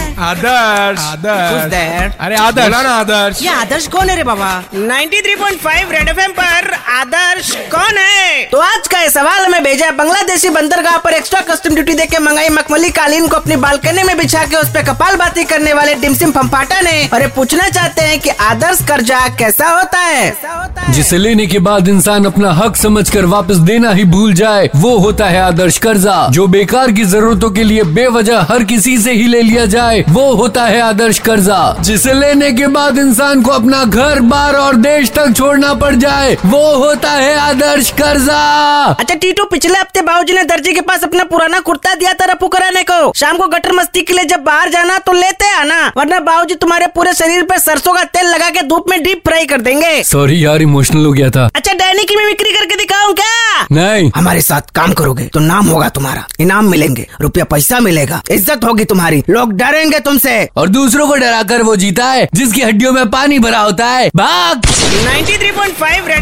Adarsh Who's there? अरे आदर्श बोला ना आदर्श ये आदर्श कौन है रे बाबा 93.5 रेड एफएम पर आदर्श कौन है तो आज का ये सवाल हमें भेजा है बांग्लादेशी बंदरगाह पर एक्स्ट्रा कस्टम ड्यूटी देके मंगाई मखमली कालीन को अपनी बालकनी में बिछा के उस पे कपाल बाती करने वाले डिमसिम फम्पाटा ने और ये पूछना चाहते हैं कि आदर्श कर्जा कैसा होता है जिसे लेने के बाद इंसान अपना हक समझकर वापस देना ही भूल जाए वो होता है आदर्श कर्जा जो बेकार की जरूरतों के लिए बेवजह हर किसी से ही ले लिया जाए वो होता है आदर्श कर्जा जिसे लेने के बाद इंसान को अपना घर बार और देश तक छोड़ना पड़ जाए वो होता है आदर्श कर्जा अच्छा टीटू पिछले हफ्ते बाबूजी ने दर्जी के पास अपना पुराना कुर्ता दिया था रफू कराने को शाम को गटर मस्ती के लिए जब बाहर जाना तो लेते आना वरना बाबूजी तुम्हारे पूरे शरीर पे सरसों का तेल लगा के धूप में डीप फ्राई कर देंगे सॉरी यार इमोशनल हो गया था अच्छा डैनी की मिमिक्री करके दिखाऊं क्या नहीं हमारे साथ काम करोगे तो नाम होगा तुम्हारा इनाम मिलेंगे रुपया पैसा मिलेगा इज्जत होगी तुम्हारी लोग डरेंगे तुमसे और दूसरों को डराकर वो जीता है जिसकी हड्डियों में पानी भरा होता है भाग 93.5 रेड